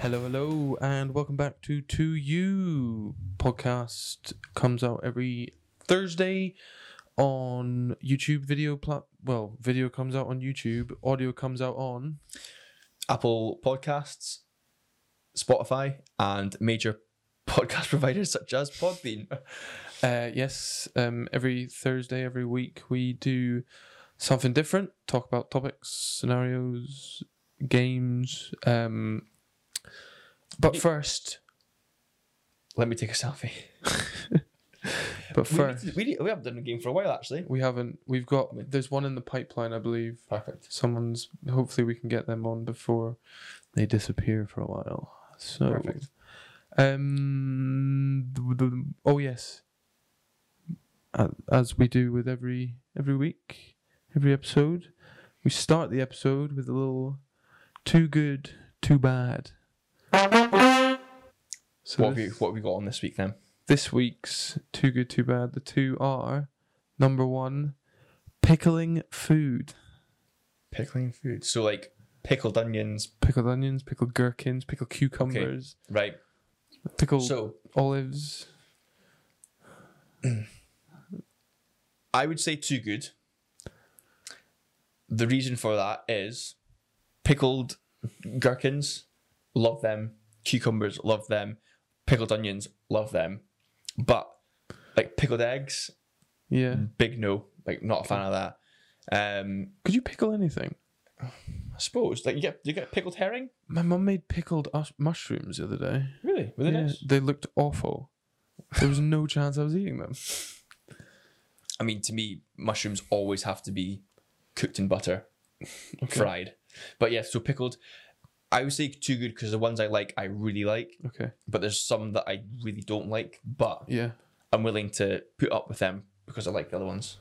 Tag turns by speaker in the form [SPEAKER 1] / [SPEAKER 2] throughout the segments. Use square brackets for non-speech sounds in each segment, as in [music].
[SPEAKER 1] Hello, hello, and welcome back to To You podcast. Comes out every Thursday on YouTube video plat. Well, video comes out on YouTube. Audio comes out on.
[SPEAKER 2] Apple Podcasts, Spotify, and major [laughs] podcast providers such as Podbean.
[SPEAKER 1] Uh, yes, um, every Thursday, every week we do something different. Talk about topics, scenarios, games. Um, but first,
[SPEAKER 2] Let me take a selfie.
[SPEAKER 1] but
[SPEAKER 2] We, need
[SPEAKER 1] first,
[SPEAKER 2] to- we, need- we haven't done a game for a while, actually.
[SPEAKER 1] we haven't. We've got. There's one in the pipeline, I believe.
[SPEAKER 2] Perfect.
[SPEAKER 1] someone's hopefully we can get them on before they disappear for a while so
[SPEAKER 2] Perfect.
[SPEAKER 1] um th- th- oh yes A- as we do with every every week every episode we start the episode with a little too good too bad so
[SPEAKER 2] What have, we,
[SPEAKER 1] this,
[SPEAKER 2] what have we got on this week then?
[SPEAKER 1] this week's too good too bad the two are number one pickling food
[SPEAKER 2] Pickling food. So, like pickled onions,
[SPEAKER 1] pickled onions, pickled gherkins, pickled cucumbers,
[SPEAKER 2] right?
[SPEAKER 1] pickled
[SPEAKER 2] So,
[SPEAKER 1] olives.
[SPEAKER 2] I would say too good. The reason for that is pickled gherkins, love them. Cucumbers, love them. Pickled onions, love them. But like pickled eggs,
[SPEAKER 1] Yeah.
[SPEAKER 2] big no. Like not a fan of that. Um,
[SPEAKER 1] Could you pickle anything?
[SPEAKER 2] I suppose like you get you get pickled herring.
[SPEAKER 1] My mum made pickled us- mushrooms the other day.
[SPEAKER 2] Really? With
[SPEAKER 1] Yeah, they looked awful. There was no chance I was eating them.
[SPEAKER 2] I mean, to me, mushrooms always have to be cooked
[SPEAKER 1] [laughs]
[SPEAKER 2] in butter, fried. But yeah, so pickled. I would say too good because the ones I like, I really like.
[SPEAKER 1] Okay.
[SPEAKER 2] but there's some that I really don't like, but
[SPEAKER 1] Yeah.
[SPEAKER 2] I'm willing to put up with them because I like the other ones.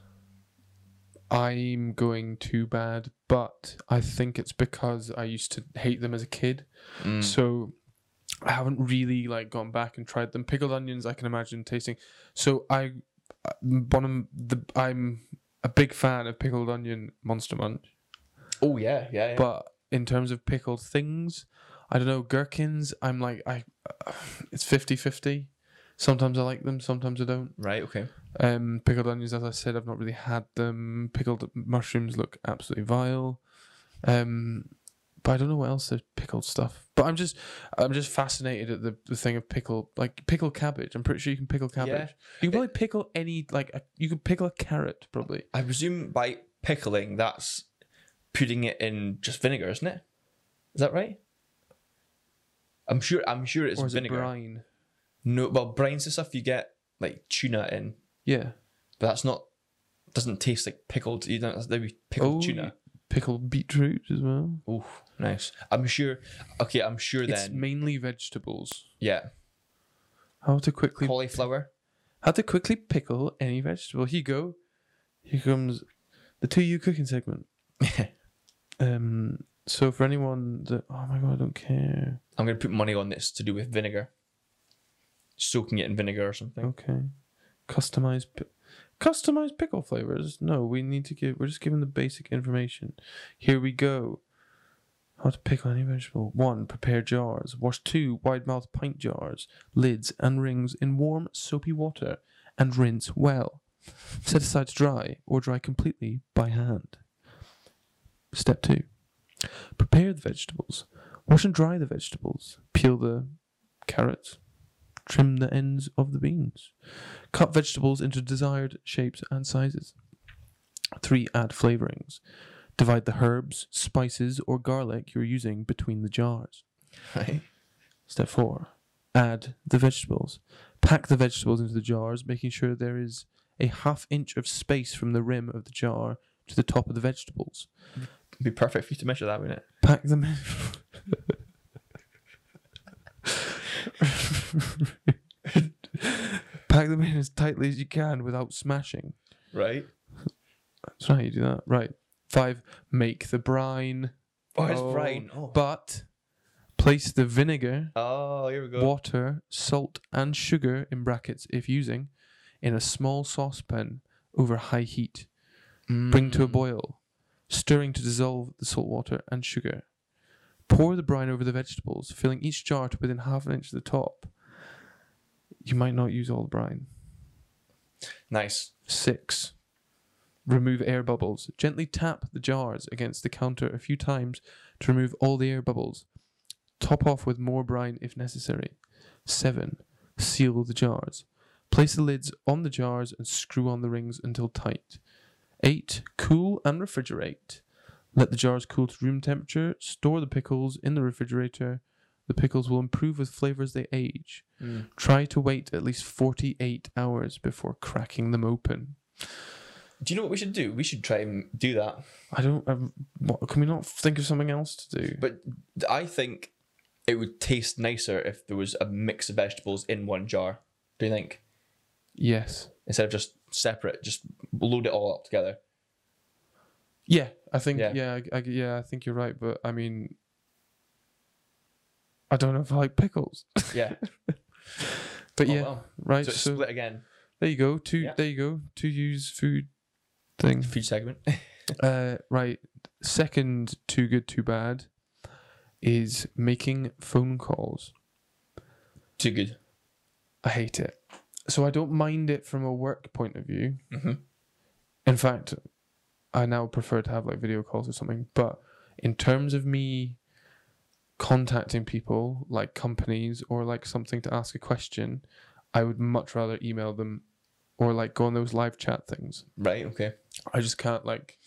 [SPEAKER 1] I'm going too bad, but I think it's because I used to hate them as a kid.
[SPEAKER 2] Mm.
[SPEAKER 1] So I haven't really like gone back and tried them. Pickled onions, I can imagine tasting. So I, uh, Bonham, the, I'm a big fan of pickled onion Monster Munch,
[SPEAKER 2] Oh yeah, yeah. yeah.
[SPEAKER 1] but in terms of pickled things, I don't know gherkins. I'm like I, [sighs] it's 50-50. Sometimes I like them, sometimes I don't.
[SPEAKER 2] right, okay.
[SPEAKER 1] Um, pickled onions, as I said, I've not really had them. Pickled mushrooms look absolutely vile. Um, but I don't know what else there's pickled stuff. But I'm just, I'm just fascinated at the, the thing of pickle, like pickle cabbage. I'm pretty sure you can pickle cabbage.
[SPEAKER 2] Yeah.
[SPEAKER 1] You can probably pickle any, like a, you can pickle a carrot probably.
[SPEAKER 2] I presume by pickling, that's putting it in just vinegar, isn't it? Is that right? I'm sure. I'm sure it's
[SPEAKER 1] or is
[SPEAKER 2] vinegar.
[SPEAKER 1] it brine?
[SPEAKER 2] No, well, brine's the stuff you get like tuna in,
[SPEAKER 1] Yeah.
[SPEAKER 2] but that's not. Doesn't taste like pickled. You know, they be pickled
[SPEAKER 1] Oh,
[SPEAKER 2] tuna.
[SPEAKER 1] Pickled beetroot as well.
[SPEAKER 2] Oh, nice. I'm sure. Okay, I'm sure
[SPEAKER 1] It's
[SPEAKER 2] then.
[SPEAKER 1] mainly vegetables.
[SPEAKER 2] yeah,
[SPEAKER 1] How to quickly
[SPEAKER 2] cauliflower.
[SPEAKER 1] how to quickly pickle any vegetable. Here you go. Here comes the two you cooking segment. Um. So for anyone that oh my god, I don't care.
[SPEAKER 2] I'm gonna put money on this to do with vinegar. Soaking it in vinegar
[SPEAKER 1] [laughs]
[SPEAKER 2] or something.
[SPEAKER 1] Okay. Customized. Pi- Customized pickle flavors. No, we need to give. We're just giving the basic information. Here we go. How to pickle any vegetable. One, prepare jars. Wash two wide mouth pint jars, lids, and rings in warm, soapy water and rinse well. Set aside to dry or dry completely by hand. Step two prepare the vegetables. Wash and dry the vegetables. Peel the carrots. Trim the ends of the beans. Cut vegetables into desired shapes and sizes. 3. Add flavorings. Divide the herbs, spices, or garlic you're using between the jars.
[SPEAKER 2] Right.
[SPEAKER 1] Step 4. Add the vegetables. Pack the vegetables into the jars, making sure there is a half inch of space from the rim of the jar to the top of the vegetables.
[SPEAKER 2] It'd be perfect for you to measure that, wouldn't it?
[SPEAKER 1] Pack them in. Pack them in as tightly as you can without smashing.
[SPEAKER 2] Right.
[SPEAKER 1] That's right, you do that. Right. Five, make the brine.
[SPEAKER 2] Oh, it's
[SPEAKER 1] Oh,
[SPEAKER 2] brine. Oh.
[SPEAKER 1] But place the vinegar,
[SPEAKER 2] oh, here we go.
[SPEAKER 1] water, salt, and sugar, in brackets if using, in a small saucepan over high heat. Mm. Bring to a boil, stirring to dissolve the salt water and sugar. Pour the brine over the vegetables, filling each jar to within half an inch of the top. You might not use all the brine.
[SPEAKER 2] Nice.
[SPEAKER 1] 6. Remove air bubbles. Gently tap the jars against the counter a few times to remove all the air bubbles. Top off with more brine if necessary. 7. Seal the jars. Place the lids on the jars and screw on the rings until tight. 8. Cool and refrigerate. Let the jars cool to room temperature. Store the pickles in the refrigerator. The pickles will improve with flavor as they age. Try to wait at least 48 hours before cracking them open.
[SPEAKER 2] Do you know what we should do? We should try and do that.
[SPEAKER 1] I don't. I, what, can we not think of something else to do?
[SPEAKER 2] But I think it would taste nicer if there was a mix of vegetables in one jar. Do you think?
[SPEAKER 1] yes.
[SPEAKER 2] Instead of just separate, just load it all
[SPEAKER 1] [laughs]
[SPEAKER 2] up together.
[SPEAKER 1] Yeah, I think. Yeah,
[SPEAKER 2] Yeah.
[SPEAKER 1] I, I, yeah, I think you're right. But I mean, I don't know if I like pickles.
[SPEAKER 2] Yeah.
[SPEAKER 1] But
[SPEAKER 2] Oh,
[SPEAKER 1] yeah,
[SPEAKER 2] well.
[SPEAKER 1] right.
[SPEAKER 2] So
[SPEAKER 1] So,
[SPEAKER 2] it's split again.
[SPEAKER 1] there you go. Two.
[SPEAKER 2] Yeah.
[SPEAKER 1] There you go. Two use food thing.
[SPEAKER 2] Food segment. [laughs]
[SPEAKER 1] Uh, right. Second, too good, too bad, is making phone calls.
[SPEAKER 2] Too good.
[SPEAKER 1] I hate it. So I don't mind it from a work point of view.
[SPEAKER 2] hmm
[SPEAKER 1] In fact, I now prefer to have like video calls or something. But in terms of me contacting people, like companies or like something to ask a question, I would much rather email them or like go on those live chat things.
[SPEAKER 2] Right. Okay.
[SPEAKER 1] I just can't like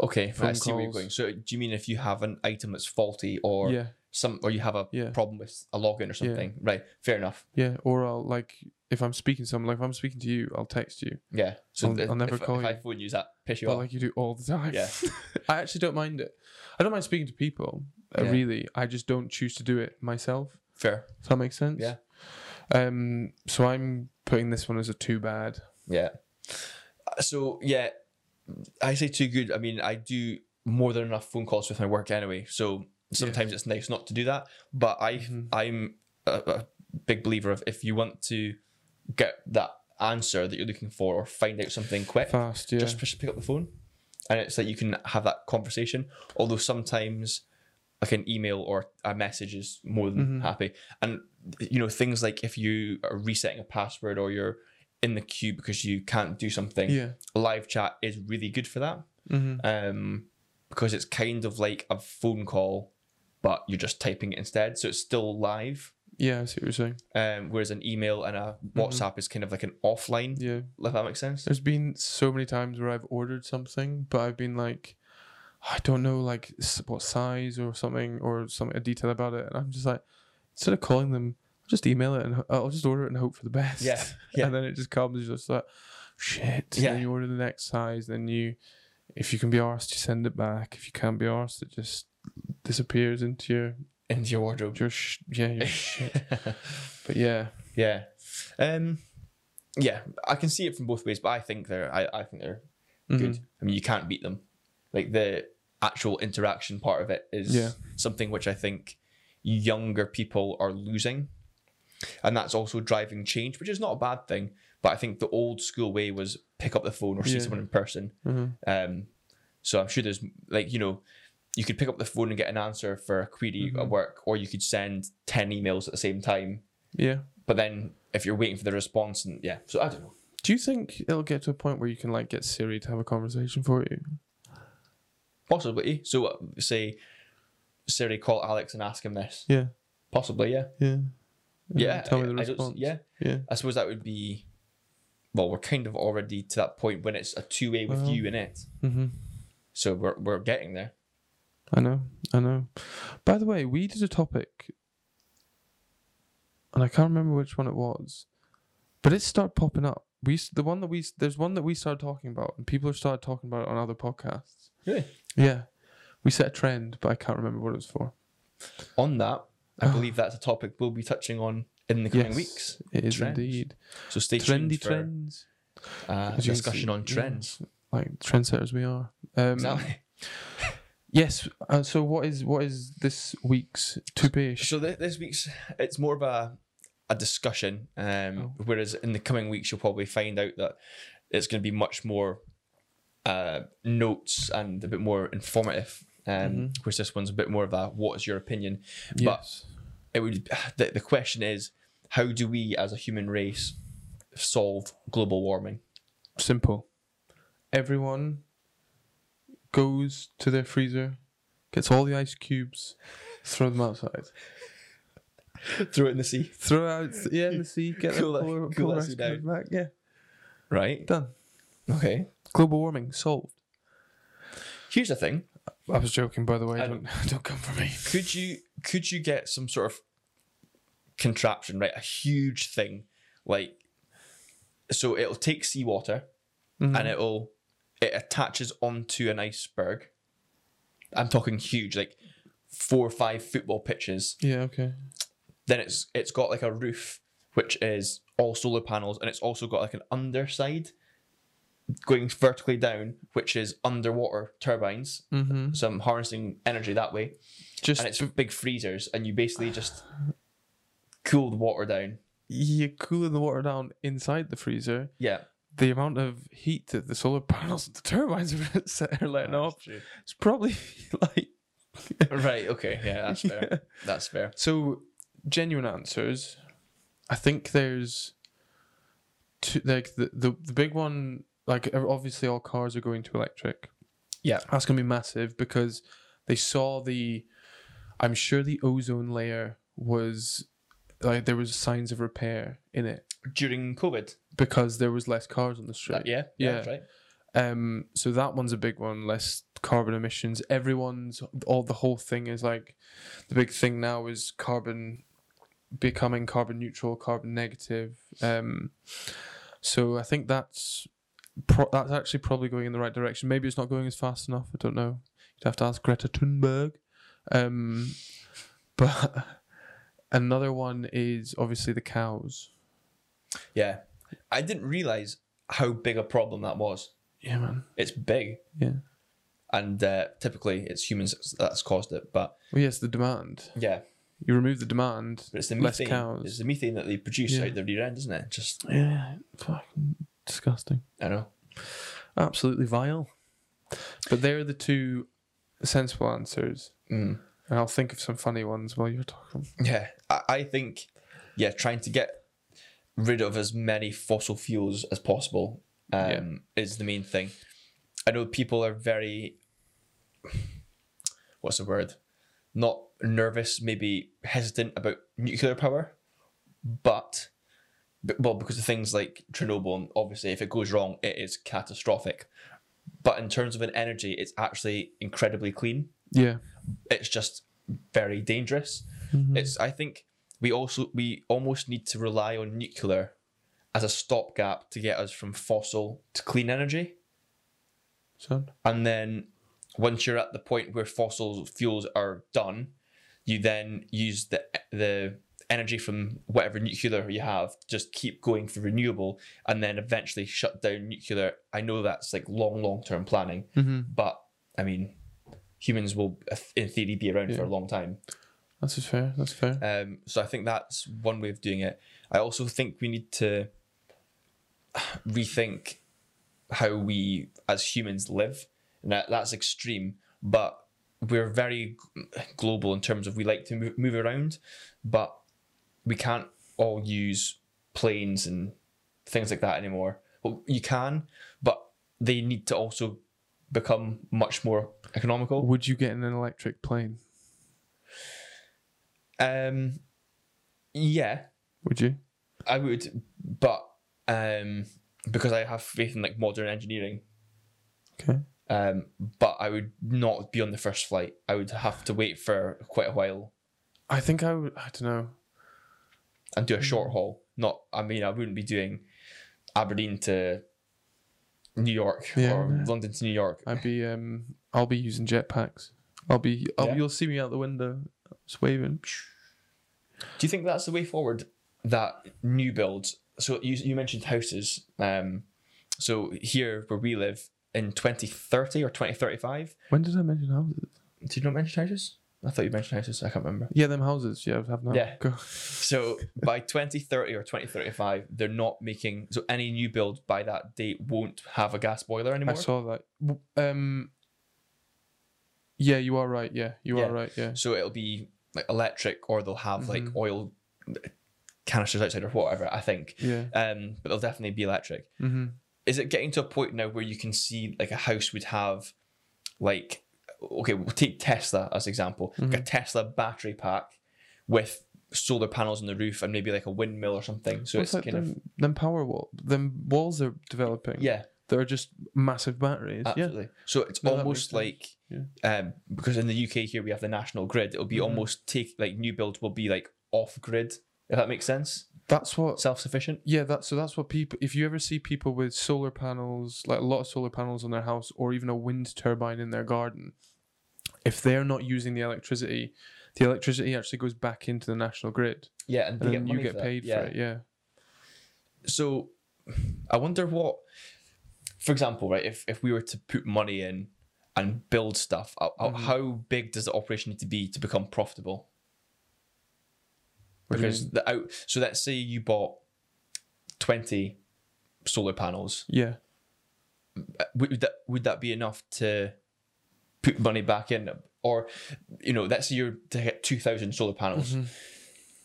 [SPEAKER 2] Okay.
[SPEAKER 1] Phone
[SPEAKER 2] I see where you're
[SPEAKER 1] calls.
[SPEAKER 2] going. So do you mean if you have an item that's faulty or
[SPEAKER 1] yeah
[SPEAKER 2] some, or you have a
[SPEAKER 1] Yeah.
[SPEAKER 2] problem with a login or something? Right. Fair enough.
[SPEAKER 1] yeah or I'll like if I'm speaking to someone like if I'm speaking to you I'll text you
[SPEAKER 2] Yeah. So
[SPEAKER 1] I'll-
[SPEAKER 2] th-
[SPEAKER 1] I'll never
[SPEAKER 2] if,
[SPEAKER 1] call
[SPEAKER 2] if
[SPEAKER 1] you.
[SPEAKER 2] I phone you, does that piss you
[SPEAKER 1] but
[SPEAKER 2] off?
[SPEAKER 1] like you do all the time.
[SPEAKER 2] Yeah.
[SPEAKER 1] [laughs] I actually don't mind it. I don't mind speaking to people, uh,
[SPEAKER 2] Yeah.
[SPEAKER 1] really. I just don't choose to do it myself.
[SPEAKER 2] Fair.
[SPEAKER 1] Does that make sense?
[SPEAKER 2] Yeah.
[SPEAKER 1] Um. So I'm putting this one as a too bad.
[SPEAKER 2] Yeah. Uh, So yeah, I say too good. I mean, I do more than enough phone calls with my work anyway. So sometimes it's nice not to do that. But I
[SPEAKER 1] Mhm.
[SPEAKER 2] I'm a, a big believer of if you want to get that answer that you're looking for or find out something quick,
[SPEAKER 1] Fast. Yeah.
[SPEAKER 2] just push pick up the phone, and it's like you can have that conversation. Although sometimes like an email or a message is more than
[SPEAKER 1] Mhm.
[SPEAKER 2] happy. And you know things like if you are resetting a password or you're in the queue because you can't do something,
[SPEAKER 1] yeah.
[SPEAKER 2] live chat is really good for that.
[SPEAKER 1] hmm
[SPEAKER 2] Um, because it's kind of like a phone call, but you're just typing it instead, so it's still live.
[SPEAKER 1] Yeah. I see what you're saying.
[SPEAKER 2] Um, whereas an email and a WhatsApp is kind of like an offline.
[SPEAKER 1] Mm-hmm. Yeah.
[SPEAKER 2] If that makes
[SPEAKER 1] [laughs]
[SPEAKER 2] sense.
[SPEAKER 1] There's been so many times where I've ordered something, but I've been like, I don't know, like s- what size or something or some a detail about it, and I'm just like, instead of calling them, I'll just email it and ho- I'll just order it and hope for the best. [laughs]
[SPEAKER 2] Yeah, yeah.
[SPEAKER 1] And then it just comes just like, shit.
[SPEAKER 2] Yeah.
[SPEAKER 1] Then you order the next size, then you, if you can be arsed, you send it back. If you can't be arsed, it just disappears into your
[SPEAKER 2] Into your wardrobe.
[SPEAKER 1] your sh- yeah
[SPEAKER 2] [laughs]
[SPEAKER 1] your [laughs] shit. But yeah,
[SPEAKER 2] yeah. Um, yeah, I can see it from both ways, but I think they're I, I think they're good.
[SPEAKER 1] Mhm.
[SPEAKER 2] I mean, you can't beat them. Like the actual interaction part of it is
[SPEAKER 1] Yeah.
[SPEAKER 2] something which I think younger people are losing. And that's also driving change, which is not a bad thing. But I think the old school way was pick up the phone or see
[SPEAKER 1] Yeah.
[SPEAKER 2] someone in person.
[SPEAKER 1] Mhm.
[SPEAKER 2] Um, so I'm sure there's like, you know, you could pick up the phone and get an answer for a query
[SPEAKER 1] Mm-hmm.
[SPEAKER 2] at work, or you could send 10 emails at the same time.
[SPEAKER 1] yeah.
[SPEAKER 2] But then if you're waiting for the response, and yeah, so I don't know.
[SPEAKER 1] Do you think it'll get to a point where you can like get Siri to have a conversation for you?
[SPEAKER 2] Possibly. So uh, say Siri call Alex and ask him this.
[SPEAKER 1] Yeah,
[SPEAKER 2] Possibly, yeah.
[SPEAKER 1] yeah. And
[SPEAKER 2] Yeah.
[SPEAKER 1] Tell me
[SPEAKER 2] I-
[SPEAKER 1] the
[SPEAKER 2] I don't s-
[SPEAKER 1] response.
[SPEAKER 2] yeah.
[SPEAKER 1] yeah.
[SPEAKER 2] I suppose that would be well, we're kind of already to that point when it's a two way with
[SPEAKER 1] Well.
[SPEAKER 2] you in it.
[SPEAKER 1] Mm-hmm.
[SPEAKER 2] So we're we're getting there.
[SPEAKER 1] I know, I know. By the way, we did a topic, and I can't remember which one it was, but it started popping up. We s- the one that we s- there's one that we started talking about, and people have started talking about it on other podcasts.
[SPEAKER 2] Really?
[SPEAKER 1] Yeah, we set a trend, but I can't remember what it was for.
[SPEAKER 2] On that, I believe that's a topic we'll be touching on in the coming
[SPEAKER 1] Ah. Yes,
[SPEAKER 2] weeks.
[SPEAKER 1] It is
[SPEAKER 2] Trends.
[SPEAKER 1] indeed
[SPEAKER 2] So stay
[SPEAKER 1] trendy
[SPEAKER 2] tuned for
[SPEAKER 1] trends,
[SPEAKER 2] uh, a
[SPEAKER 1] As you can
[SPEAKER 2] discussion
[SPEAKER 1] see,
[SPEAKER 2] on
[SPEAKER 1] yeah. Mm.
[SPEAKER 2] trends.
[SPEAKER 1] like trendsetters we are. Um,
[SPEAKER 2] Exactly.
[SPEAKER 1] Yes. Uh, so what is what is this week's two-ish?
[SPEAKER 2] So th- this week's it's more of a a discussion. Um, Whereas in the coming weeks you'll probably find out that it's going to be much more uh, notes and a bit more informative. Um, Of course, this one's a bit more of a what is your opinion?
[SPEAKER 1] Yes.
[SPEAKER 2] But it would the, the question is how do we as a human race solve global warming?
[SPEAKER 1] Simple. Everyone goes to their freezer, gets all the ice cubes, throw them outside.
[SPEAKER 2] Throw it in the sea,
[SPEAKER 1] Throw it out, yeah, in the sea, get
[SPEAKER 2] Cool
[SPEAKER 1] the
[SPEAKER 2] that-
[SPEAKER 1] polar,
[SPEAKER 2] cool
[SPEAKER 1] polar
[SPEAKER 2] that
[SPEAKER 1] ice
[SPEAKER 2] sea down.
[SPEAKER 1] cubes back. Yeah,
[SPEAKER 2] right?
[SPEAKER 1] done.
[SPEAKER 2] Okay.
[SPEAKER 1] Global warming solved.
[SPEAKER 2] Here's the thing:
[SPEAKER 1] I was joking, by the way.
[SPEAKER 2] I
[SPEAKER 1] Don't [laughs] don't come for me.
[SPEAKER 2] could you could you get some sort of contraption, right? A huge thing, like so it'll take seawater and it'll it attaches onto an iceberg. I'm talking huge, like four or five football pitches.
[SPEAKER 1] Yeah. Okay.
[SPEAKER 2] Then it's it's got like a roof which is all solar panels, and it's also got like an underside going vertically down, which is underwater turbines.
[SPEAKER 1] Mm-hmm.
[SPEAKER 2] So I'm harnessing energy that way
[SPEAKER 1] Just
[SPEAKER 2] and it's big freezers, and you basically just cool the water down.
[SPEAKER 1] you're cooling the water down inside the freezer.
[SPEAKER 2] Yeah,
[SPEAKER 1] The amount of heat that the solar panels and the turbines [laughs] are set- are letting off, it's probably [laughs] like
[SPEAKER 2] right. Okay. Yeah, that's fair.
[SPEAKER 1] [laughs] Yeah.
[SPEAKER 2] That's fair.
[SPEAKER 1] So, genuine answers. I think there's two, like the, the the big one. Like obviously, all cars are going to electric.
[SPEAKER 2] Yeah.
[SPEAKER 1] that's gonna be massive because they saw the. I'm sure the ozone layer was like there was signs of repair in it
[SPEAKER 2] During COVID.
[SPEAKER 1] because there was less cars on the street.
[SPEAKER 2] that- yeah. Yeah.
[SPEAKER 1] Yeah.
[SPEAKER 2] that's Right.
[SPEAKER 1] Um, so that one's a big one. Less carbon emissions. Everyone's all the whole thing is like the big thing now is carbon becoming carbon neutral, carbon negative. Um, so I think that's pro- that's actually probably going in the right direction. Maybe it's not going as fast enough. I don't know. You'd have to ask Greta Thunberg. Um, but [laughs] another one is obviously the cows.
[SPEAKER 2] Yeah. I didn't realize how big a problem that was.
[SPEAKER 1] Yeah, man.
[SPEAKER 2] It's big,
[SPEAKER 1] Yeah.
[SPEAKER 2] and uh, typically it's humans that's caused it. But
[SPEAKER 1] Well, yes, the demand.
[SPEAKER 2] yeah,
[SPEAKER 1] You remove the demand.
[SPEAKER 2] but it's the
[SPEAKER 1] Less
[SPEAKER 2] methane.
[SPEAKER 1] cows.
[SPEAKER 2] It's the methane that they produce
[SPEAKER 1] Yeah.
[SPEAKER 2] out the rear end, isn't it? Just
[SPEAKER 1] Yeah, fucking disgusting.
[SPEAKER 2] I know.
[SPEAKER 1] Absolutely vile. But they're the two sensible answers.
[SPEAKER 2] Mm.
[SPEAKER 1] And I'll think of some funny ones while you're talking.
[SPEAKER 2] Yeah, I, I think, yeah, trying to get rid of as many fossil fuels as possible um, is the main thing. I know people are very, what's the word? Not nervous, maybe hesitant about nuclear power, but, b- well, because of things like Chernobyl, and obviously, if it goes wrong, it is catastrophic. But in terms of an energy, it's actually incredibly clean
[SPEAKER 1] Yeah.
[SPEAKER 2] it's just very dangerous. It's I think we also we almost need to rely on nuclear as a stopgap to get us from fossil to clean energy.
[SPEAKER 1] So
[SPEAKER 2] And then once you're at the point where fossil fuels are done, you then use the the energy from whatever nuclear you have to just keep going for renewable and then eventually shut down nuclear. I know that's like long long term planning, but I mean humans will in theory be around for a long time.
[SPEAKER 1] that's fair. That's fair.
[SPEAKER 2] Um, so I think that's one way of doing it. I also think we need to [sighs] rethink how we as humans live. Now that's extreme, but we're very g- global in terms of we like to move, move around, but we can't all use planes and things like that anymore. Well, you can, but they need to also become much more economical.
[SPEAKER 1] Would you get in an electric plane?
[SPEAKER 2] Um, yeah,
[SPEAKER 1] Would you?
[SPEAKER 2] I would, but um, because I have faith in like modern engineering.
[SPEAKER 1] Okay.
[SPEAKER 2] Um, but I would not be on the first flight. I would have to wait for quite a while
[SPEAKER 1] I think I would. I don't know.
[SPEAKER 2] and do a
[SPEAKER 1] Mm.
[SPEAKER 2] short haul. Not, I mean, I wouldn't be doing Aberdeen to New York
[SPEAKER 1] Yeah.
[SPEAKER 2] or London to New York.
[SPEAKER 1] I'd be. Um. I'll be using jetpacks. I'll be. I'll,
[SPEAKER 2] Yeah.
[SPEAKER 1] You'll see me out the window, just waving.
[SPEAKER 2] Do you think that's the way forward? That new builds. So you you mentioned houses. Um, so here where we live in twenty thirty or twenty thirty five.
[SPEAKER 1] When did I mention houses?
[SPEAKER 2] Did you not mention houses? I thought you mentioned houses. I can't remember.
[SPEAKER 1] Yeah, them houses. Yeah, I have now.
[SPEAKER 2] Yeah.
[SPEAKER 1] Go.
[SPEAKER 2] So by 2030 or 2035, they're not making so any new build by that date won't have a gas boiler
[SPEAKER 1] I
[SPEAKER 2] anymore.
[SPEAKER 1] saw that. W- Um, Yeah, you are right. Yeah, you
[SPEAKER 2] Yeah.
[SPEAKER 1] are right. Yeah.
[SPEAKER 2] So it'll be like electric, or they'll have like
[SPEAKER 1] Mhm.
[SPEAKER 2] oil canisters outside or whatever. I think,
[SPEAKER 1] Yeah.
[SPEAKER 2] um, but they'll definitely be electric.
[SPEAKER 1] Mm-hmm.
[SPEAKER 2] Is it getting to a point now where you can see like a house would have, like, okay, we'll take Tesla as example,
[SPEAKER 1] Mm-hmm.
[SPEAKER 2] like a Tesla battery pack with solar panels on the roof and maybe like a windmill or something. So
[SPEAKER 1] What's
[SPEAKER 2] it's
[SPEAKER 1] that?
[SPEAKER 2] kind of
[SPEAKER 1] Them, them power wall, them walls they're developing.
[SPEAKER 2] yeah,
[SPEAKER 1] They're just massive batteries.
[SPEAKER 2] absolutely. So it's
[SPEAKER 1] No, that
[SPEAKER 2] almost like.
[SPEAKER 1] makes Yeah.
[SPEAKER 2] um, because in the UK here we have the national grid. It'll be
[SPEAKER 1] Mhm.
[SPEAKER 2] almost take like new build will be like off grid, if that makes sense,
[SPEAKER 1] That's what.
[SPEAKER 2] self sufficient.
[SPEAKER 1] Yeah, that's so. That's what people. If you ever see people with solar panels, like a lot of solar panels on their house, or even a wind turbine in their garden, if they're not using the electricity, the electricity actually goes back into the national grid,
[SPEAKER 2] Yeah, and, they
[SPEAKER 1] and then you
[SPEAKER 2] money
[SPEAKER 1] get
[SPEAKER 2] for that,
[SPEAKER 1] paid
[SPEAKER 2] yeah.
[SPEAKER 1] for it. Yeah.
[SPEAKER 2] So, I wonder what, for example, right? If if we were to put money in and build stuff, how- how-
[SPEAKER 1] Mm-hmm.
[SPEAKER 2] how big does the operation need to be to become profitable?
[SPEAKER 1] What do you
[SPEAKER 2] Because the out, so let's say you bought twenty solar panels.
[SPEAKER 1] Yeah.
[SPEAKER 2] would would that would that be enough to put money back in or you know that's your to get 2000 solar panels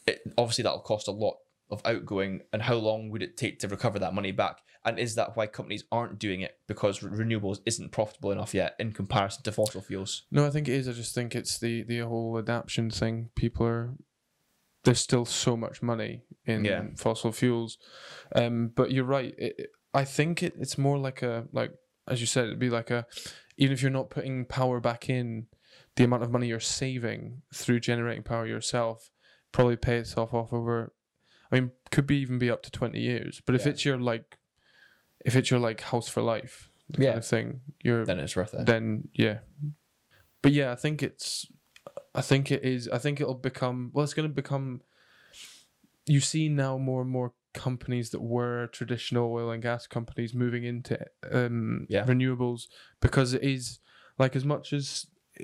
[SPEAKER 2] it, obviously that'll cost a lot of outgoing and how long would it take to recover that money back and is that why companies aren't doing it because re- renewables isn't profitable enough yet in comparison to fossil fuels
[SPEAKER 1] No, I think it is. I just think it's the the whole adaption thing. People are there's still so much money in
[SPEAKER 2] Yeah.
[SPEAKER 1] fossil fuels, um. But you're right. It, it- I think it, it's more like a like as you said, it'd be like a even if you're not putting power back in, the amount of money you're saving through generating power yourself probably pay itself off over. I mean, could be even be up to twenty years. But if
[SPEAKER 2] Yeah.
[SPEAKER 1] it's your like, if it's your like house for life kind
[SPEAKER 2] yeah
[SPEAKER 1] of thing, you're
[SPEAKER 2] then it's worth it
[SPEAKER 1] then yeah. But yeah, I think it's I think it is I think it'll become well it's gonna become you see now more and more companies that were traditional oil and gas companies moving into um
[SPEAKER 2] Yeah.
[SPEAKER 1] renewables because it is like as much as eh,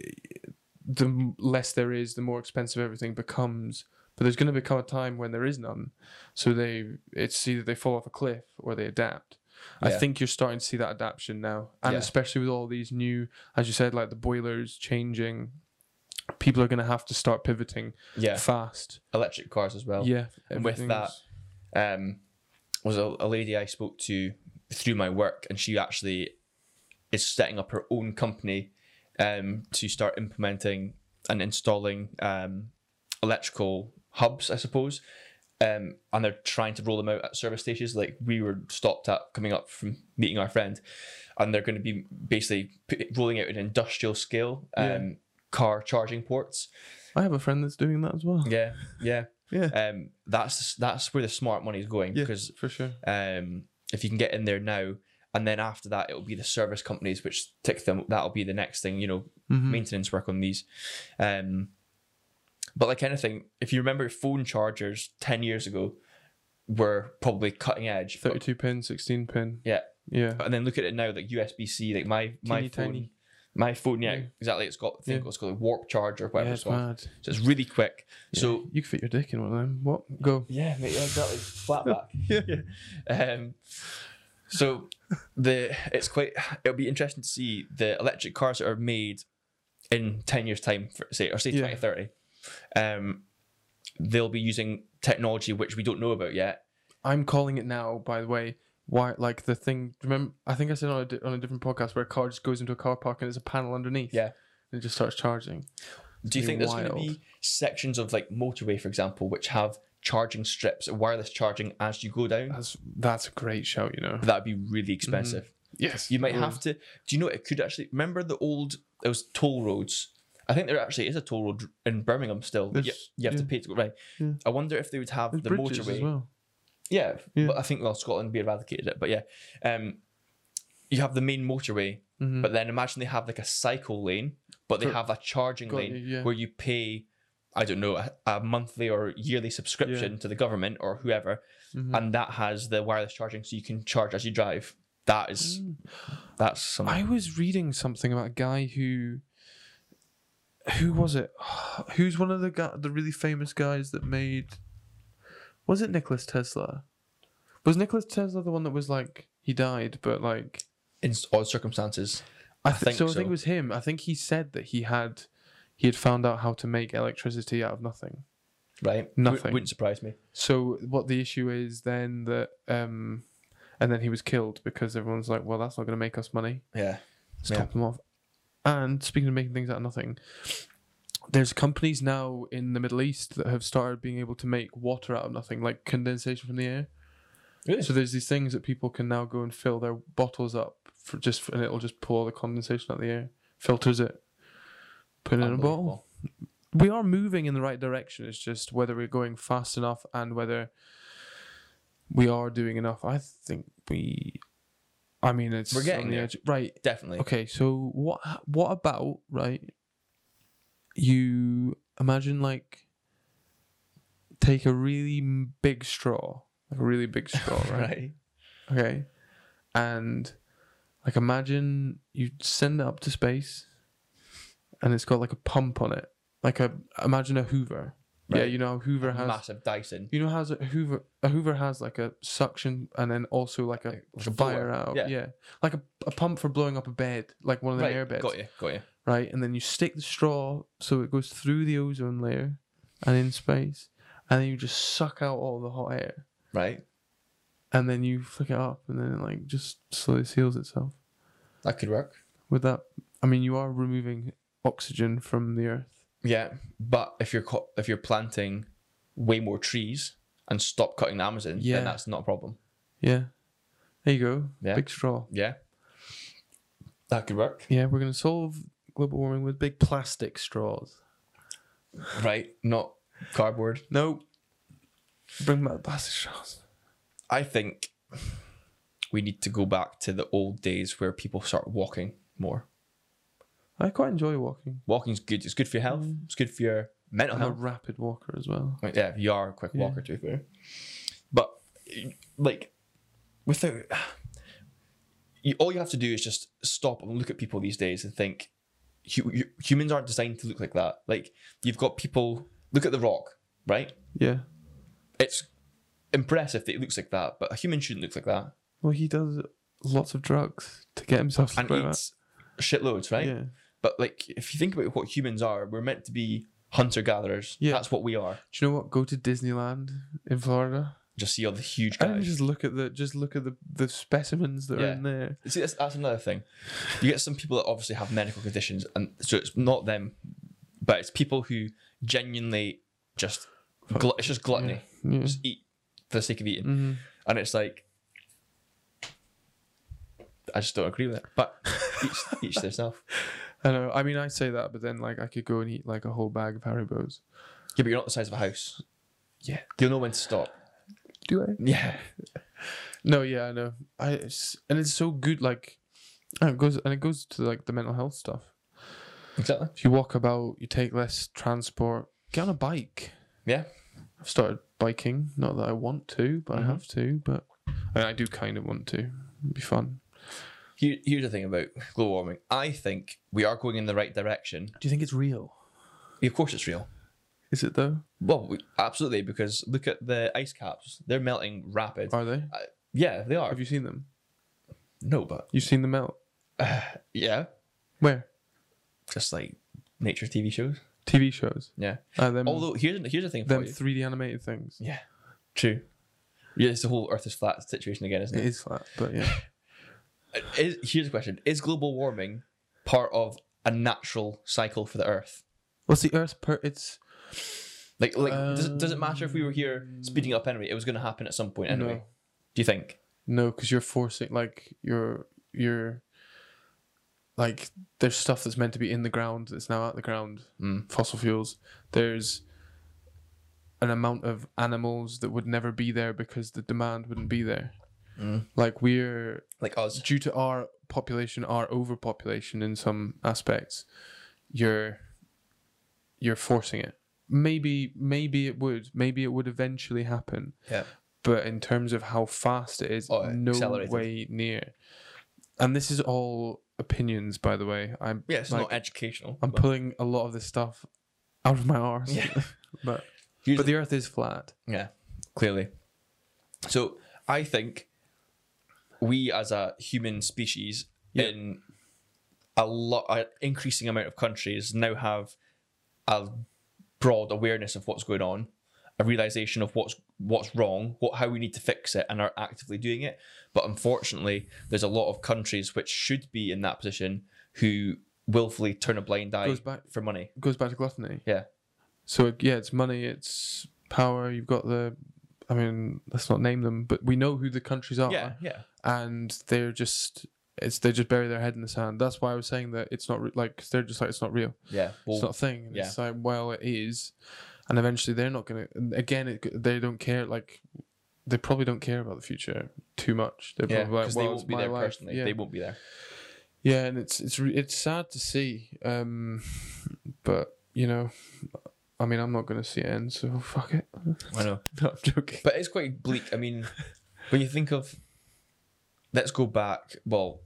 [SPEAKER 1] the m- less there is the more expensive everything becomes but there's going to become a time when there is none so they it's either they fall off a cliff or they adapt I
[SPEAKER 2] Yeah.
[SPEAKER 1] think you're starting to see that adaptation now, and
[SPEAKER 2] Yeah.
[SPEAKER 1] especially with all these new, as you said, like the boilers changing, people are going to have to start pivoting
[SPEAKER 2] yeah
[SPEAKER 1] fast.
[SPEAKER 2] electric cars as well
[SPEAKER 1] yeah,
[SPEAKER 2] and with that,
[SPEAKER 1] everything's-
[SPEAKER 2] um, was a, a lady I spoke to through my work, and she actually is setting up her own company um, to start implementing and installing um, electrical hubs, I suppose. Um, and they're trying to roll them out at service stations. Like we were stopped at coming up from meeting our friend, and they're going to be basically put, rolling out an industrial scale um,
[SPEAKER 1] Yeah.
[SPEAKER 2] car charging ports.
[SPEAKER 1] I have a friend that's doing that as well.
[SPEAKER 2] Yeah, yeah.
[SPEAKER 1] Yeah,
[SPEAKER 2] Um, that's that's where the smart money is going
[SPEAKER 1] Yeah.
[SPEAKER 2] because
[SPEAKER 1] for sure.
[SPEAKER 2] um, if you can get in there now and then after that it'll be the service companies which tick them that'll be the next thing you know
[SPEAKER 1] Mhm.
[SPEAKER 2] maintenance work on these um, but like anything if you remember phone chargers 10 years ago were probably cutting edge but-
[SPEAKER 1] Thirty-two pin, sixteen pin.
[SPEAKER 2] Yeah.
[SPEAKER 1] yeah.
[SPEAKER 2] and then look at it now like usb-c like my my
[SPEAKER 1] Teeny
[SPEAKER 2] phone
[SPEAKER 1] tiny.
[SPEAKER 2] my phone yeah,
[SPEAKER 1] Yeah.
[SPEAKER 2] exactly it's got I think
[SPEAKER 1] Yeah.
[SPEAKER 2] it's called a warp charge or whatever
[SPEAKER 1] yeah,
[SPEAKER 2] it's
[SPEAKER 1] it's
[SPEAKER 2] called
[SPEAKER 1] mad.
[SPEAKER 2] so it's really quick
[SPEAKER 1] Yeah,
[SPEAKER 2] so
[SPEAKER 1] you can fit your dick in one of them. What? Go.
[SPEAKER 2] Yeah, mate, yeah,
[SPEAKER 1] [laughs]
[SPEAKER 2] exactly. Flat back. Um, so the it's quite it'll be interesting to see the electric cars that are made in ten years' time, for, say, or say
[SPEAKER 1] Yeah.
[SPEAKER 2] twenty thirty. Um, they'll be using technology which we don't know about yet.
[SPEAKER 1] I'm calling it now. By the way, why? Like the thing. Remember, I think I said on a, di- on a different podcast where a car just goes into a car park and there's a panel underneath.
[SPEAKER 2] Yeah.
[SPEAKER 1] and it just starts charging.
[SPEAKER 2] Do you
[SPEAKER 1] be
[SPEAKER 2] think there's going to
[SPEAKER 1] wild.
[SPEAKER 2] be sections of like motorway, for example, which have charging strips, wireless charging as you go down?
[SPEAKER 1] That's that's a great shout, you know.
[SPEAKER 2] That'd be really expensive.
[SPEAKER 1] Yes,
[SPEAKER 2] You might
[SPEAKER 1] Mm.
[SPEAKER 2] have to. Do you know it could actually remember the old those toll roads? I think there actually is a toll road in Birmingham still. You,
[SPEAKER 1] There's-
[SPEAKER 2] you have to
[SPEAKER 1] yeah.
[SPEAKER 2] pay to go right.
[SPEAKER 1] Yeah.
[SPEAKER 2] I wonder if they would have
[SPEAKER 1] There's
[SPEAKER 2] the
[SPEAKER 1] bridges
[SPEAKER 2] motorway.
[SPEAKER 1] as well.
[SPEAKER 2] Yeah,
[SPEAKER 1] Yeah.
[SPEAKER 2] but I think well Scotland be eradicated it. But yeah, um, you have the main motorway,
[SPEAKER 1] Mhm.
[SPEAKER 2] but then imagine they have like a cycle lane, but they
[SPEAKER 1] For-
[SPEAKER 2] have a charging
[SPEAKER 1] got
[SPEAKER 2] lane
[SPEAKER 1] you, yeah.
[SPEAKER 2] where you pay. I don't know a, a monthly or yearly subscription to the government or whoever,
[SPEAKER 1] Mhm.
[SPEAKER 2] and that has the wireless charging, so you can charge as you drive. That is, that's something.
[SPEAKER 1] Hmm. I was reading something about a guy who, who was it? [sighs] Who's one of the guy, the really famous guys that made? Was it Nikola Tesla? Was Nikola Tesla the one that was like he died, but like
[SPEAKER 2] in odd circumstances.
[SPEAKER 1] I, th-
[SPEAKER 2] think
[SPEAKER 1] so. I
[SPEAKER 2] so.
[SPEAKER 1] think it was him. I think he said that he had he had found out how to make electricity out of nothing.
[SPEAKER 2] right? Wou-
[SPEAKER 1] Nothing.
[SPEAKER 2] wouldn't surprise me.
[SPEAKER 1] So what the issue is then that um, and then he was killed because everyone's like, well, that's not going to make us money.
[SPEAKER 2] Yeah.
[SPEAKER 1] Let's
[SPEAKER 2] Yeah.
[SPEAKER 1] top them off. And speaking of making things out of nothing, there's companies now in the Middle East that have started being able to make water out of nothing, like condensation from the air.
[SPEAKER 2] Really?
[SPEAKER 1] So there's these things that people can now go and fill their bottles up for just, and it'll just pour the condensation out of the air, filters it, put it in a bottle
[SPEAKER 2] Unbelievable.
[SPEAKER 1] we are moving in the right direction. It's just whether we're going fast enough and whether we are doing enough. I think we. I mean, it's
[SPEAKER 2] We're getting
[SPEAKER 1] on the
[SPEAKER 2] there.
[SPEAKER 1] edge, right?
[SPEAKER 2] Definitely.
[SPEAKER 1] Okay, so what? What about right? You imagine like take a really m- big straw, like a really big straw, right?
[SPEAKER 2] Right.
[SPEAKER 1] Okay, and like imagine you send it up to space, and it's got like a pump on it, like a imagine a Hoover. Yeah,
[SPEAKER 2] Right.
[SPEAKER 1] you know how Hoover has.
[SPEAKER 2] Massive Dyson.
[SPEAKER 1] You know how a Hoover a Hoover has like a suction and then also like a
[SPEAKER 2] Like a
[SPEAKER 1] fire
[SPEAKER 2] blower.
[SPEAKER 1] out.
[SPEAKER 2] Yeah.
[SPEAKER 1] Yeah. like a, a pump for blowing up a bed, like one of the
[SPEAKER 2] Right.
[SPEAKER 1] air beds,
[SPEAKER 2] Got you. Got you.
[SPEAKER 1] right? And then you stick the straw so it goes through the ozone layer and in space, and then you just suck out all the hot air,
[SPEAKER 2] Right.
[SPEAKER 1] and then you flick it up, and then it like just slowly seals itself.
[SPEAKER 2] That could work.
[SPEAKER 1] With that, I mean, you are removing oxygen from the earth.
[SPEAKER 2] Yeah, but if you're co- if you're planting way more trees and stop cutting the Amazon,
[SPEAKER 1] Yeah.
[SPEAKER 2] then that's not a problem.
[SPEAKER 1] Yeah, there you go.
[SPEAKER 2] Yeah.
[SPEAKER 1] Big straw.
[SPEAKER 2] Yeah, that could work.
[SPEAKER 1] Yeah, we're gonna solve global warming with big plastic straws.
[SPEAKER 2] Right, not cardboard.
[SPEAKER 1] No. Bring back the plastic straws.
[SPEAKER 2] I think we need to go back to the old days where people start walking more.
[SPEAKER 1] I quite enjoy walking.
[SPEAKER 2] Walking's good. It's good for your health. It's good for your mental
[SPEAKER 1] I'm a
[SPEAKER 2] health.
[SPEAKER 1] rapid walker as well.
[SPEAKER 2] Like, yeah, if you are a quick
[SPEAKER 1] Yeah.
[SPEAKER 2] walker, to be fair. But like, without you, all you have to do is just stop and look at people these days and think, hu- hu- humans aren't designed to look like that. Like you've got people. Look at the Rock, right?
[SPEAKER 1] Yeah.
[SPEAKER 2] It's impressive that it looks like that, but a human shouldn't look like that.
[SPEAKER 1] Well, he does lots of drugs to get himself to
[SPEAKER 2] And
[SPEAKER 1] where
[SPEAKER 2] eats shitloads,
[SPEAKER 1] that-
[SPEAKER 2] right?
[SPEAKER 1] Yeah.
[SPEAKER 2] But like, if you think about what humans are, we're meant to be hunter gatherers.
[SPEAKER 1] Yeah.
[SPEAKER 2] That's what we are.
[SPEAKER 1] Do you know what? Go to Disneyland in Florida
[SPEAKER 2] Just see all the huge
[SPEAKER 1] and
[SPEAKER 2] guys.
[SPEAKER 1] just look at the just look at the the specimens that are
[SPEAKER 2] Uh, Yeah.
[SPEAKER 1] in there.
[SPEAKER 2] See, that's, that's another thing. You get some people that obviously have medical conditions, and so it's not them, but it's people who genuinely just glut it's just gluttony,
[SPEAKER 1] Yeah.
[SPEAKER 2] just eat for the sake of eating,
[SPEAKER 1] hmm
[SPEAKER 2] and it's like I just don't agree with it. But each each to themselves.
[SPEAKER 1] I know. I mean, I say that, but then like I could go and eat like a whole bag of Haribo's.
[SPEAKER 2] Yeah, but you're not the size of a house.
[SPEAKER 1] Yeah.
[SPEAKER 2] you'll know when to stop.
[SPEAKER 1] Do I?
[SPEAKER 2] Yeah,
[SPEAKER 1] No, yeah, I know. I it's, and it's so good. Like, and it goes and it goes to like the mental health stuff.
[SPEAKER 2] exactly.
[SPEAKER 1] If you walk about, you take less transport. Get on a bike.
[SPEAKER 2] Yeah.
[SPEAKER 1] I've started biking. Not that I want to, but
[SPEAKER 2] Mhm.
[SPEAKER 1] I have to. But I, mean, I do kind of want to. It'd be fun.
[SPEAKER 2] Here, here's the thing about global warming. I think we are going in the right direction.
[SPEAKER 1] Do you think it's real?
[SPEAKER 2] Of course, it's real.
[SPEAKER 1] Is it though?
[SPEAKER 2] Well, we, absolutely, because look at the ice caps. They're melting rapid.
[SPEAKER 1] Are they?
[SPEAKER 2] yeah, they are.
[SPEAKER 1] Have you seen them?
[SPEAKER 2] no, but
[SPEAKER 1] You've seen them melt.
[SPEAKER 2] yeah,
[SPEAKER 1] Where?
[SPEAKER 2] just like nature TV shows. Hmm.
[SPEAKER 1] TV shows.
[SPEAKER 2] Yeah.
[SPEAKER 1] Uh, them,
[SPEAKER 2] Although here's here's the thing for
[SPEAKER 1] them
[SPEAKER 2] you.
[SPEAKER 1] 3D animated things.
[SPEAKER 2] yeah. True. Yeah, it's the whole Earth is flat situation again, isn't
[SPEAKER 1] It
[SPEAKER 2] it? Uh,
[SPEAKER 1] is flat, but yeah.
[SPEAKER 2] Is, here's a question: Is global warming part of a natural cycle for the Earth?
[SPEAKER 1] [laughs] What's the Earth per? It's
[SPEAKER 2] Like, like does, it, does it matter if we were here speeding up anyway? It was going to happen at some point anyway.
[SPEAKER 1] No.
[SPEAKER 2] Do you think?
[SPEAKER 1] No, because you're forcing like you're you're like there's stuff that's meant to be in the ground that's now at the ground.
[SPEAKER 2] Mm.
[SPEAKER 1] Fossil fuels. There's an amount of animals that would never be there because the demand wouldn't be there.
[SPEAKER 2] Mm.
[SPEAKER 1] Like we're
[SPEAKER 2] Like us?
[SPEAKER 1] due to our population, our overpopulation in some aspects, you're you're forcing it. Maybe maybe it would. Maybe it would eventually happen
[SPEAKER 2] Yeah.
[SPEAKER 1] but in terms of how fast it is,
[SPEAKER 2] Oh, it
[SPEAKER 1] no
[SPEAKER 2] accelerated.
[SPEAKER 1] way near. And this is all opinions, by the way. I'm
[SPEAKER 2] Yeah, it's
[SPEAKER 1] like,
[SPEAKER 2] not educational.
[SPEAKER 1] I'm
[SPEAKER 2] but-
[SPEAKER 1] pulling a lot of this stuff out of my arse.
[SPEAKER 2] Yeah.
[SPEAKER 1] [laughs]
[SPEAKER 2] [laughs]
[SPEAKER 1] but
[SPEAKER 2] Here's
[SPEAKER 1] but the Earth is flat.
[SPEAKER 2] Yeah, clearly. So I think we as a human species
[SPEAKER 1] Yeah.
[SPEAKER 2] in a lot, an increasing amount of countries now have a broad awareness of what's going on, a realization of what's what's wrong, what how we need to fix it, and are actively doing it. But unfortunately, there's a lot of countries which should be in that position who willfully turn a blind eye
[SPEAKER 1] Goes back-
[SPEAKER 2] for money.
[SPEAKER 1] goes back to gluttony.
[SPEAKER 2] Yeah.
[SPEAKER 1] So yeah, it's money, it's power. You've got the, I mean, let's not name them, but we know who the countries are,
[SPEAKER 2] Yeah, yeah,
[SPEAKER 1] and they're just it's they just bury their head in the sand. That's why I was saying that it's not re- like 'cause they're just like it's not real,
[SPEAKER 2] yeah. Well,
[SPEAKER 1] it's not a thing. And
[SPEAKER 2] yeah.
[SPEAKER 1] It's like well, it is, and eventually they're not gonna. and Again, it, they don't care. Like they probably don't care about the future too much. They're
[SPEAKER 2] yeah,
[SPEAKER 1] probably like,
[SPEAKER 2] because
[SPEAKER 1] well,
[SPEAKER 2] they
[SPEAKER 1] it's
[SPEAKER 2] won't be
[SPEAKER 1] my
[SPEAKER 2] there
[SPEAKER 1] life.
[SPEAKER 2] personally.
[SPEAKER 1] Yeah.
[SPEAKER 2] They won't be there.
[SPEAKER 1] Yeah, and it's it's re- it's sad to see. Um, but you know, I mean, I'm not gonna see it end, so [laughs] fuck
[SPEAKER 2] [laughs]
[SPEAKER 1] it.
[SPEAKER 2] I know.
[SPEAKER 1] No, I'm joking.
[SPEAKER 2] But it's quite bleak. I mean, when you think of, let's go back. Well,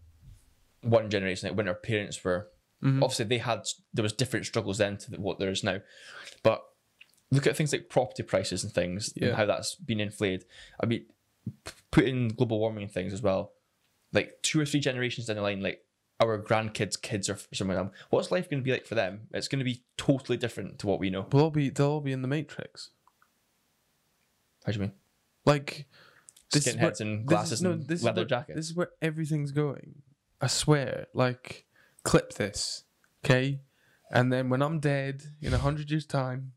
[SPEAKER 2] one generation like when our parents were
[SPEAKER 1] Mhm.
[SPEAKER 2] obviously they had there was different struggles then to what there is now, but look at things like property prices and things
[SPEAKER 1] Yeah.
[SPEAKER 2] and how that's been inflated. I mean, p- put in global warming and things as well. Like two or three generations down the line, like our grandkids' kids or something like them. What's life going to be like for them? It's going to be totally different to what we know.
[SPEAKER 1] We'll all be they'll all be in the Matrix.
[SPEAKER 2] How do you mean?
[SPEAKER 1] Like This is
[SPEAKER 2] Skinheads and glasses
[SPEAKER 1] this is, no,
[SPEAKER 2] and
[SPEAKER 1] this is
[SPEAKER 2] leather
[SPEAKER 1] where-
[SPEAKER 2] jackets.
[SPEAKER 1] This is where everything's going. I swear. Like, clip this, okay? And then when I'm dead in a hundred years' time,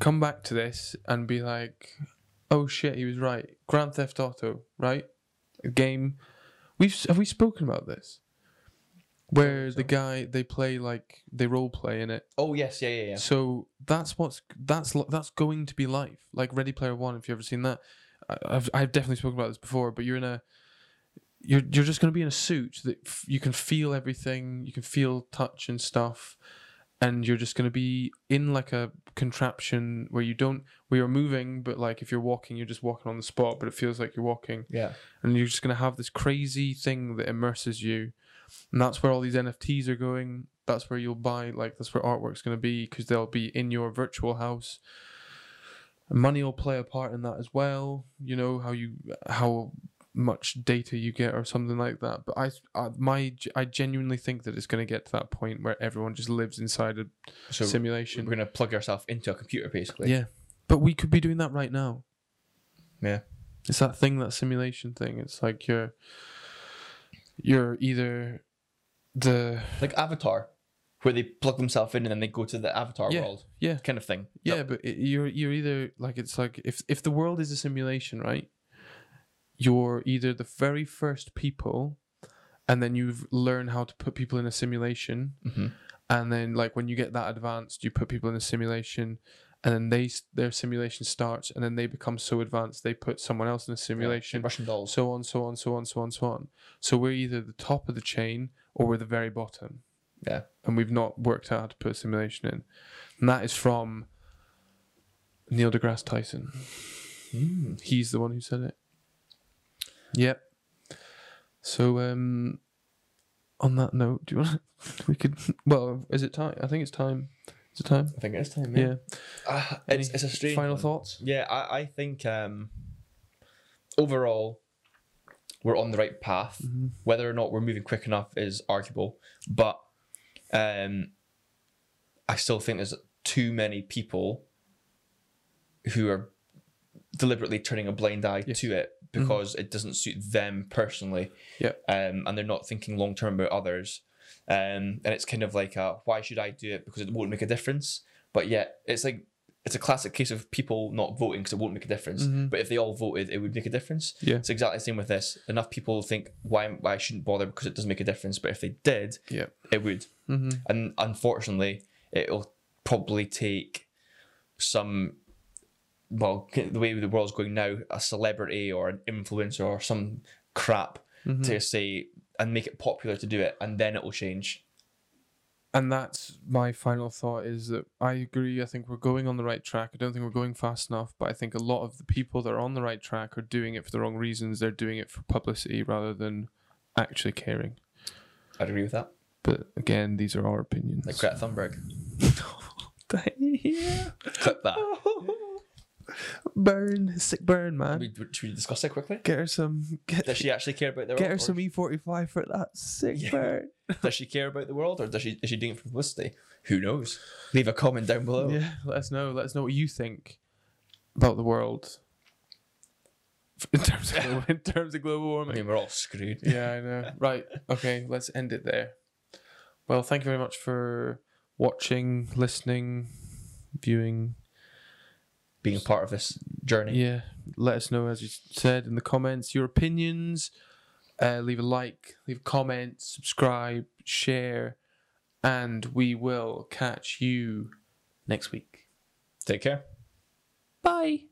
[SPEAKER 1] come back to this and be like, "Oh shit, he was right." Grand Theft Auto, right? A game. We've have we spoken about this? Where the guy they play like they role play in it,
[SPEAKER 2] Oh yes, yeah, yeah, yeah.
[SPEAKER 1] so that's what's that's lo- that's going to be life. Like Ready Player One, if you've ever seen that, I, I've I've definitely spoken about this before. But you're in a you're you're just going to be in a suit that f- you can feel everything, you can feel touch and stuff, and you're just going to be in like a contraption where you don't where you're moving, but like if you're walking, you're just walking on the spot, but it feels like you're walking
[SPEAKER 2] Yeah.
[SPEAKER 1] and you're just going to have this crazy thing that immerses you and that's where all these nfts are going that's where you'll buy like that's where artwork's going to be because they'll be in your virtual house money will play a part in that as well you know how you how much data you get or something like that but i, I my i genuinely think that it's going to get to that point where everyone just lives inside a
[SPEAKER 2] So we're
[SPEAKER 1] simulation
[SPEAKER 2] gonna plug ourselves into a computer basically.
[SPEAKER 1] yeah but we could be doing that right now
[SPEAKER 2] Yeah.
[SPEAKER 1] it's that thing that simulation thing it's like you're you're either the
[SPEAKER 2] Like Avatar, where they plug themselves in and then they go to the Avatar
[SPEAKER 1] Yeah,
[SPEAKER 2] world.
[SPEAKER 1] yeah.
[SPEAKER 2] Kind of thing.
[SPEAKER 1] yeah but it, you're you're either like it's like if if the world is a simulation right you're either the very first people and then you learn how to put people in a simulation
[SPEAKER 2] hmm
[SPEAKER 1] and then like when you get that advanced you put people in a simulation and then they s- their simulation starts and then they become so advanced they put someone else in a simulation
[SPEAKER 2] Russian dolls.
[SPEAKER 1] so on, so on, so on, so on, so on. So we're either the top of the chain or we're the very bottom.
[SPEAKER 2] Yeah.
[SPEAKER 1] And we've not worked out how to put a simulation in. And that is from Neil deGrasse Tyson.
[SPEAKER 2] Mm.
[SPEAKER 1] He's the one who said it. Yep. So um on that note, do you want to, [laughs] we could well, is it time? I think it's time. Is it time?
[SPEAKER 2] I think it's time.
[SPEAKER 1] Yeah.
[SPEAKER 2] Ah,
[SPEAKER 1] Any
[SPEAKER 2] it's, it's a strange.
[SPEAKER 1] Final
[SPEAKER 2] one.
[SPEAKER 1] thoughts?
[SPEAKER 2] Yeah, I, I think um, overall we're on the right path. Whether or not we're moving quick enough is arguable, but um, I still think there's too many people who are deliberately turning a blind eye
[SPEAKER 1] Yes.
[SPEAKER 2] to it because it doesn't suit them personally.
[SPEAKER 1] Yep.
[SPEAKER 2] Um, and they're not thinking long term about others. Um, and it's kind of like, a, why should I do it? Because it won't make a difference. But yet, it's like it's a classic case of people not voting because it won't make a difference.
[SPEAKER 1] Mhm.
[SPEAKER 2] But if they all voted, it would make a difference.
[SPEAKER 1] Yeah.
[SPEAKER 2] It's exactly the same with this. Enough people think why why I shouldn't bother because it doesn't make a difference. But if they did,
[SPEAKER 1] Yeah.
[SPEAKER 2] it would.
[SPEAKER 1] Mm-hmm.
[SPEAKER 2] And unfortunately, it'll probably take some. Well, [laughs] the way the world's going now, a celebrity or an influencer or some crap
[SPEAKER 1] Mm-hmm.
[SPEAKER 2] to say and make it popular to do it, and then it will change.
[SPEAKER 1] and that's my final thought is that I agree. I think we're going on the right track. I don't think we're going fast enough, but I think a lot of the people that are on the right track are doing it for the wrong reasons. They're doing it for publicity rather than actually caring.
[SPEAKER 2] I'd agree with that.
[SPEAKER 1] But again, these are our opinions.
[SPEAKER 2] Like Greta Thunberg,
[SPEAKER 1] [laughs] yeah. [laughs]
[SPEAKER 2] clip that.
[SPEAKER 1] burn, sick burn, man.
[SPEAKER 2] We, should we discuss it quickly?
[SPEAKER 1] Get her some. Get,
[SPEAKER 2] Does she actually care about the
[SPEAKER 1] get her
[SPEAKER 2] world?
[SPEAKER 1] some E45 for that sick
[SPEAKER 2] Yeah.
[SPEAKER 1] burn.
[SPEAKER 2] or does she care about the world, or does she is she doing it for publicity? Who knows? Leave a comment down below.
[SPEAKER 1] Yeah, let us know. Let us know what you think about the world in terms
[SPEAKER 2] [laughs]
[SPEAKER 1] of glo- in terms of global
[SPEAKER 2] I
[SPEAKER 1] warming.
[SPEAKER 2] mean, we're all screwed.
[SPEAKER 1] yeah, I know. Right. Okay, let's end it there. Well, thank you very much for watching, listening, viewing.
[SPEAKER 2] Being a part of this journey.
[SPEAKER 1] Yeah, let us know as you said in the comments your opinions. Uh, leave a like, leave a comment, subscribe, share, and we will catch you next week.
[SPEAKER 2] Take care.
[SPEAKER 1] Bye.